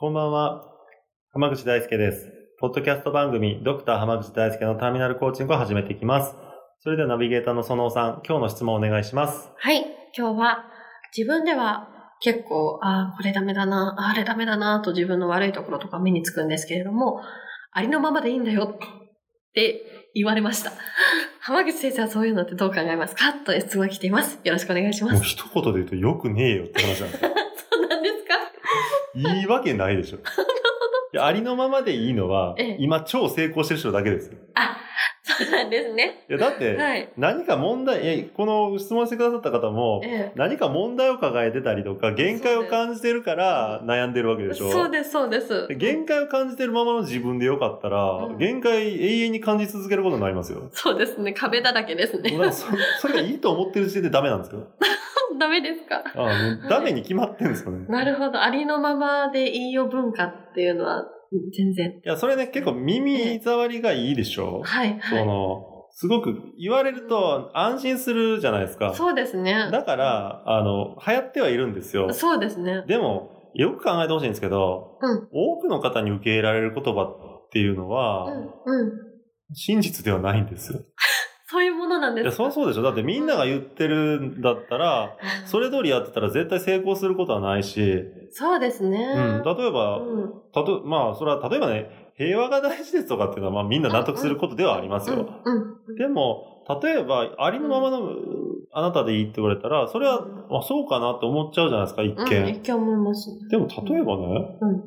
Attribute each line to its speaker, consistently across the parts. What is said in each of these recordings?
Speaker 1: こんばんは。浜口大輔です。ポッドキャスト番組、ドクター浜口大輔のターミナルコーチングを始めていきます。それではナビゲーターの園尾さん、今日の質問をお願いします。
Speaker 2: はい、今日は自分では結構、ああ、これダメだな、あーあれダメだな、と自分の悪いところとか目につくんですけれども、ありのままでいいんだよって言われました。 浜口先生はそういうのってどう考えますかと質問が来ています。よろしくお願いしま
Speaker 1: もう
Speaker 2: す。
Speaker 1: 一言で言うとよくねえよって話なんです よ。
Speaker 2: そうなんですか
Speaker 1: いいわけないでしょ。いやありのままでいいのは、
Speaker 2: ええ
Speaker 1: 今超成功してる人だけですよ。
Speaker 2: あ、そうなんですね。
Speaker 1: いや、だって、
Speaker 2: はい。
Speaker 1: 何か問題、いやこの質問してくださった方も、
Speaker 2: え
Speaker 1: 何か問題を抱えてたりとか、限界を感じてるから悩んでるわけ
Speaker 2: え、
Speaker 1: でしょ。
Speaker 2: そうです、そうです。
Speaker 1: で 限界を感じてるままの自分でよかったら、
Speaker 2: うん
Speaker 1: 限界永遠に感じ続けることになり ますよ。
Speaker 2: そうですね、壁だらけです
Speaker 1: だ
Speaker 2: ね
Speaker 1: か。 らそそれがいいと思ってる時点でダメなんですよ。
Speaker 2: ダメですか
Speaker 1: あもうダメに決まってるんですよね。
Speaker 2: ないるほど。ありのままでいいよ文化っていうのは、全然。
Speaker 1: や、それね、結構耳障りがいいでしょ、
Speaker 2: はい、
Speaker 1: そ
Speaker 2: は
Speaker 1: の、すごく言われると安心するじゃないですか
Speaker 2: い。。そうですね。
Speaker 1: だから、あの、流行ってはいるんですよ。
Speaker 2: そうですね。
Speaker 1: でも、よく考えてほしいんですけど、
Speaker 2: うん
Speaker 1: 多くの方に受け入れられる言葉っていうのは、
Speaker 2: うん。うん。
Speaker 1: 真実ではないんですよ。
Speaker 2: そういうものなんで
Speaker 1: いや、
Speaker 2: す
Speaker 1: そりゃそうでしょ。だってみんなが言ってるんだったら、そ
Speaker 2: れ
Speaker 1: れ通りやってたら絶対成功することはないし、
Speaker 2: そうですね。
Speaker 1: うん、例えば、
Speaker 2: うん
Speaker 1: たと、まあ、それは、例えばね、平和が大事ですとかっていうのは、まあ、みんな納得することではありますよ。
Speaker 2: うん。うん
Speaker 1: でも、例えば、ありのままの、あなたでいいって言われたら、それは、
Speaker 2: うん
Speaker 1: まあ、そうかなって思っちゃうじゃないですか、一
Speaker 2: うん、
Speaker 1: 見。
Speaker 2: 一見思いますね。
Speaker 1: でも、例えばね、
Speaker 2: うん。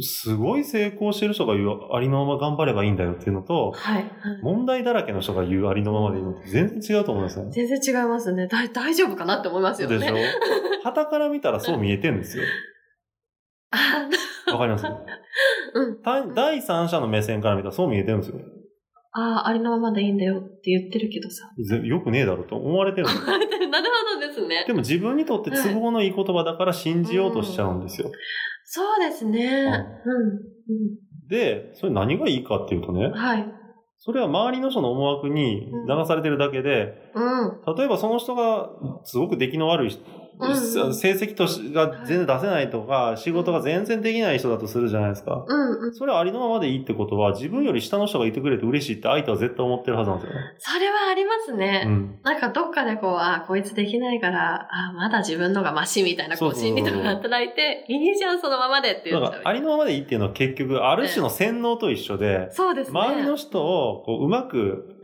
Speaker 1: すごい成功してる人が言う、ありのまま頑張ればいいんだよっていうのと、
Speaker 2: はい。はい
Speaker 1: 問題だらけの人が言うありのままでいいのって全然違うと思いますよ。
Speaker 2: 全然違いますね。だい大丈夫かなって思います
Speaker 1: そう
Speaker 2: よ
Speaker 1: でしょ
Speaker 2: ね。
Speaker 1: 旗から見たらそう見えてんですよ。
Speaker 2: あ
Speaker 1: わかります
Speaker 2: うん。
Speaker 1: た第三者の目線から見たらそう見えてるんですよ。
Speaker 2: あー、ありのままでいいんだよって言ってるけどさ。
Speaker 1: ぜよくねえだろうと思われてるんですよ
Speaker 2: なるほどですね
Speaker 1: で。も自分にとって都合のいい言葉だから信じようとしちゃうんですよ。
Speaker 2: そうですね。うん。
Speaker 1: で、それ何がいいかっていうとね
Speaker 2: うん。、はい。
Speaker 1: それは周りの人の思惑に流されてるだけで、
Speaker 2: うん。
Speaker 1: 例えばその人がすごく出来の悪い人、
Speaker 2: うん
Speaker 1: 成績としが全然出せないとか、仕事が全然できない人だとするじゃないですか。
Speaker 2: うん。うん。
Speaker 1: それはありのままでいいってことは、自分より下の人がいてくれて嬉しいって相手は絶対思ってるはずなんですよね。
Speaker 2: それはありますね。
Speaker 1: うん。
Speaker 2: なんかどっかでこう、あーこいつできないから、あーまだ自分のがマシみたいな、こ
Speaker 1: そう
Speaker 2: う、
Speaker 1: そうそう
Speaker 2: 心理とか働いて、いいじゃん、そのままでって言
Speaker 1: だ
Speaker 2: っちゃう
Speaker 1: から、ありのままでいいっていうのは結局、ある種の洗脳と一緒で、
Speaker 2: そうですね。
Speaker 1: 周りの人をこううまく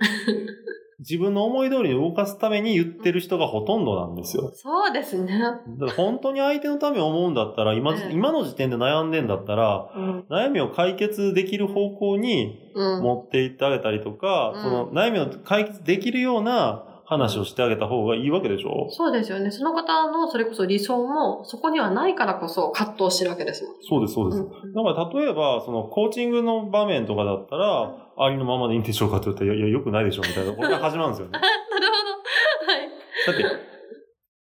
Speaker 1: 自分の思い通りに動かすために言ってる人がほとんどなんですよ。
Speaker 2: そうですね。
Speaker 1: だから本当に相手のためを思うんだったら、今じ、
Speaker 2: うん
Speaker 1: 今の時点で悩んでんだったら、
Speaker 2: うん。
Speaker 1: 悩みを解決できる方向に
Speaker 2: うん。
Speaker 1: 持っていってあげたりとか、
Speaker 2: うん
Speaker 1: その悩みを解決できるような話をしてあげた方がいいわけでしょ
Speaker 2: そうですよね。その方のそれこそ理想も、そこにはないからこそ葛藤してるわけですもん。
Speaker 1: そうです、そうです。
Speaker 2: うん
Speaker 1: だから例えば、そのコーチングの場面とかだったら、ありのままでいいんでしょうかって言ったら、いや、いや良くないでしょみたいな、これが始まるんですよね。
Speaker 2: なるほど。はい。
Speaker 1: だ って、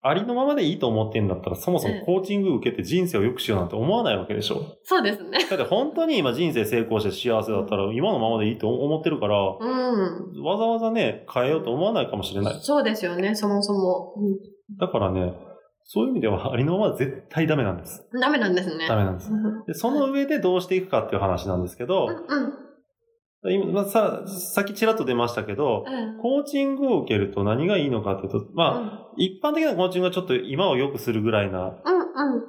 Speaker 1: ありのままでいいと思ってんだったら、そもそもコーチング受けて人生を良くしようなんて思わないわけでしょ。
Speaker 2: そうですね。
Speaker 1: だって本当に今人生成功して幸せだったら、今のままでいいと思ってるから、わ
Speaker 2: うん。
Speaker 1: ざわざね、変えようと思わないかもしれない。
Speaker 2: そうですよね、そもそも。う
Speaker 1: だからね、そういう意味ではありのまま絶対ダメなんです。
Speaker 2: ん、ダメなんですね。
Speaker 1: ダメなんです
Speaker 2: う。ん。
Speaker 1: で、その上でどうしていくかっていう話なんですけど、
Speaker 2: うん。
Speaker 1: 今、まあさ、さっきちらっと出ましたけど、
Speaker 2: うん。
Speaker 1: コーチングを受けると何がいいのかっていうと、まあ、一般的なコーチングはちょっと今を良くするぐらいな
Speaker 2: うん。うん。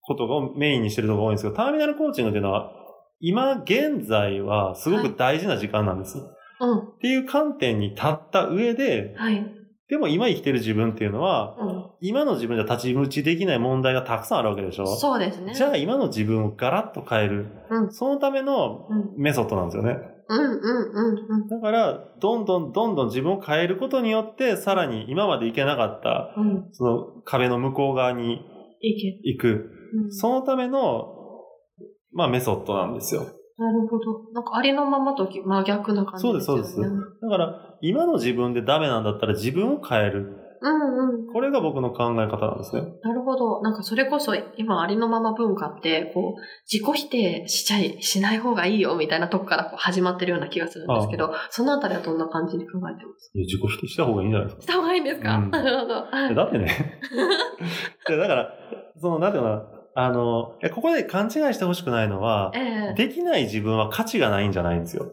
Speaker 1: ことをメインにしてるとこが多いんですけど、ターミナルコーチングっていうのは、今現在はすごく大事な時間なんです。
Speaker 2: うん。
Speaker 1: っていう観点に立った上で、
Speaker 2: はい。
Speaker 1: でも今生きてる自分っていうのは、
Speaker 2: うん。
Speaker 1: 今の自分じゃ立ち打ちできない問題がたくさんあるわけでしょ
Speaker 2: そうですね。
Speaker 1: じゃあ今の自分をガラッと変える。
Speaker 2: うん
Speaker 1: そのための
Speaker 2: うん。
Speaker 1: メソッドなんですよね。
Speaker 2: うんうんうんうん
Speaker 1: だから、どんどんどんどん自分を変えることによって、さらに今まで行けなかった、
Speaker 2: うん。
Speaker 1: その壁の向こう側に
Speaker 2: いいけ
Speaker 1: 行く。
Speaker 2: ど。うん
Speaker 1: そのための、まあメソッドなんですよ。
Speaker 2: なるほど。なんかありのままとき真逆な感じです
Speaker 1: そう
Speaker 2: よね。
Speaker 1: ですそうでだから、今の自分でダメなんだったら自分を変える。
Speaker 2: うんうん。
Speaker 1: これが僕の考え方なんですね。
Speaker 2: なるほど。なんかそれこそ今ありのまま文化って、こう、自己否定しちゃい、しない方がいいよみたいなとこからこう始まってるような気がするんですけど、そのあたりはどんな感じに考えて ます
Speaker 1: いや自己否定した方がいいんじゃないですか
Speaker 2: した方がいいんですか、
Speaker 1: うん
Speaker 2: なるほど。
Speaker 1: いや。だって ね。いやだから、その、なんていうのかな。あの、いやここで勘違いしてほしくないのは
Speaker 2: え、え
Speaker 1: できない自分は価値がないんじゃないんですよ。
Speaker 2: うん。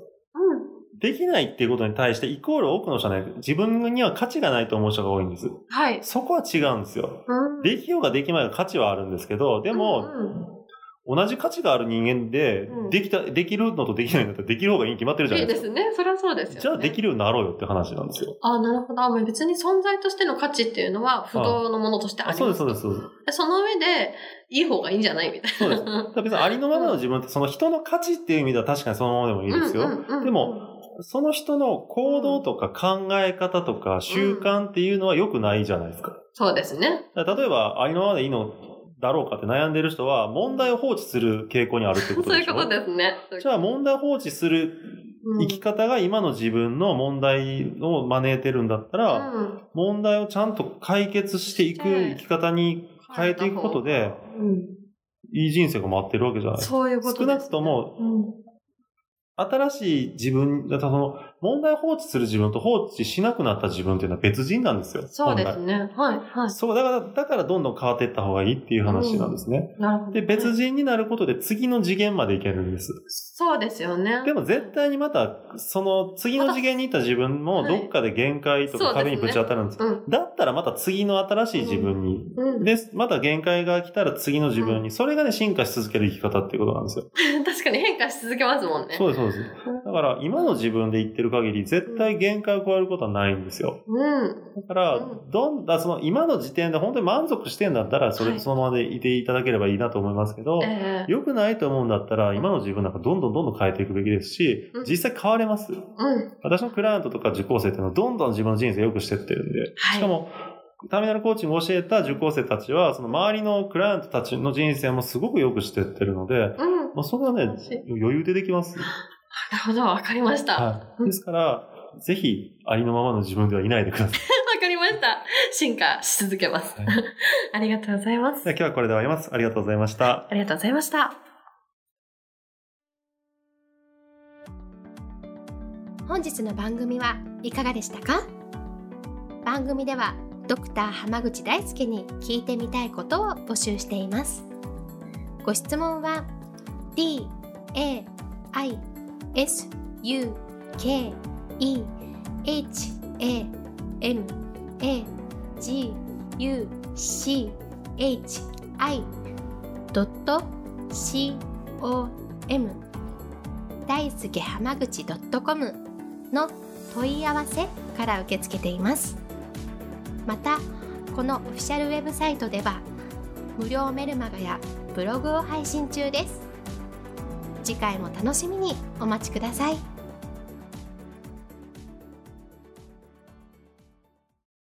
Speaker 1: できないっていうことに対して、イコール多くの人はね、自分には価値がないと思う人が多いんです。
Speaker 2: はい。
Speaker 1: そこは違うんですよ。
Speaker 2: うん、
Speaker 1: できようができまいが価値はあるんですけど、でも、
Speaker 2: う
Speaker 1: 同じ価値がある人間で
Speaker 2: うん、
Speaker 1: できた、できるのとできないのだったらできる方がいいに決まってる
Speaker 2: ん、
Speaker 1: じゃない
Speaker 2: い
Speaker 1: いで
Speaker 2: です
Speaker 1: か。
Speaker 2: すね。それはそうですよ、ね。
Speaker 1: じゃあできるようになろうよって話なんですよ。
Speaker 2: あなるほど。あまあ別に存在としての価値っていうのは不動のものとしてあり
Speaker 1: あ
Speaker 2: ます。
Speaker 1: そうです、そうです、そうです。
Speaker 2: でその上で、いい方がいいんじゃないみたい
Speaker 1: そうです。 だ
Speaker 2: な。
Speaker 1: から別にありのままの自分って、その人の価値っていう意味では確かにそのままでもいいです
Speaker 2: うん
Speaker 1: よ。
Speaker 2: うんうん
Speaker 1: でも、その人の行動とか考え方とか習慣っていうのは良くないじゃないですか。
Speaker 2: そうですね。
Speaker 1: だから例えば、ありのままでいいのだろうかって悩んでる人は、問題を放置する傾向にあるってこと
Speaker 2: そう
Speaker 1: で
Speaker 2: いう
Speaker 1: しょ
Speaker 2: ことですね。
Speaker 1: じゃあ、問題を放置する
Speaker 2: うん
Speaker 1: 生き方が今の自分の問題を招いてるんだったら、
Speaker 2: うん
Speaker 1: 問題をちゃんと解決していく生き方に変えていくことで、
Speaker 2: うん
Speaker 1: いい人生が待ってるわけじゃないですか。
Speaker 2: そういうこと
Speaker 1: 少なくとも、
Speaker 2: も、
Speaker 1: 新しい自分、だからその、問題を放置する自分と放置しなくなった自分っていうのは別人なんですよ。
Speaker 2: うん、そうです
Speaker 1: 本
Speaker 2: ね。はい、は
Speaker 1: 来そう、だから、だからどんどん変わっていった方がいいっていう話なんですね。
Speaker 2: い。なるほど。
Speaker 1: で、別人になることで次の次元までいけるんです。
Speaker 2: そうですよね。
Speaker 1: でも絶対にまた、その次の次元に行った自分も
Speaker 2: はい
Speaker 1: どっかで限界と
Speaker 2: そ
Speaker 1: か
Speaker 2: うですね
Speaker 1: 壁にぶち当たるんです。
Speaker 2: うん。
Speaker 1: だったらまた次の新しい自分に。
Speaker 2: うん、
Speaker 1: で、また限界が来たら次の自分
Speaker 2: う
Speaker 1: に。それがね、進化し続ける生き方っていうことなんですよ。
Speaker 2: 確かに変化し続けますもんね。
Speaker 1: そうです、そうです。だから今の自分で言ってる限り絶対限界を超えることはないんですよ。
Speaker 2: うん。
Speaker 1: だから
Speaker 2: う、
Speaker 1: どんだ、その今の時点で本当に満足してんだったらそれ
Speaker 2: はい
Speaker 1: そのままでいていただければいいなと思いますけど。
Speaker 2: ええ
Speaker 1: 良くないと思うんだったら、今の自分なんかどんどんどんどん変えていくべきですし
Speaker 2: うん、
Speaker 1: 実際変われます。
Speaker 2: うん。
Speaker 1: 私のクライアントとか受講生っていうのはどんどん自分の人生良くしてってるんで、
Speaker 2: はい
Speaker 1: しかも、ターミナルコーチングを教えた受講生たちは、その周りのクライアントたちの人生もすごく良くしてってるので、
Speaker 2: うん。
Speaker 1: まあ、それはね
Speaker 2: 楽しい、
Speaker 1: 余裕でできます。
Speaker 2: なるほど、わかりました。わ
Speaker 1: はい。ですから、ぜひ、ありのままの自分ではいないでください。
Speaker 2: かりました。進化し続けます。
Speaker 1: はい
Speaker 2: ありがとうございます
Speaker 1: では。今日はこれで終わります。ありがとうございました。
Speaker 2: ありがとうございました。
Speaker 3: 本日の番組はいかがでしたか番組ではドクター濱口大輔に聞いてみたいことを募集していますご質問は d a i s u k e h a m a g u c h i c o m 大輔濱口 .com の問い合わせから受け付けていますまたこのオフィシャルウェブサイトでは無料メルマガやブログを配信中です次回も楽しみにお待ちください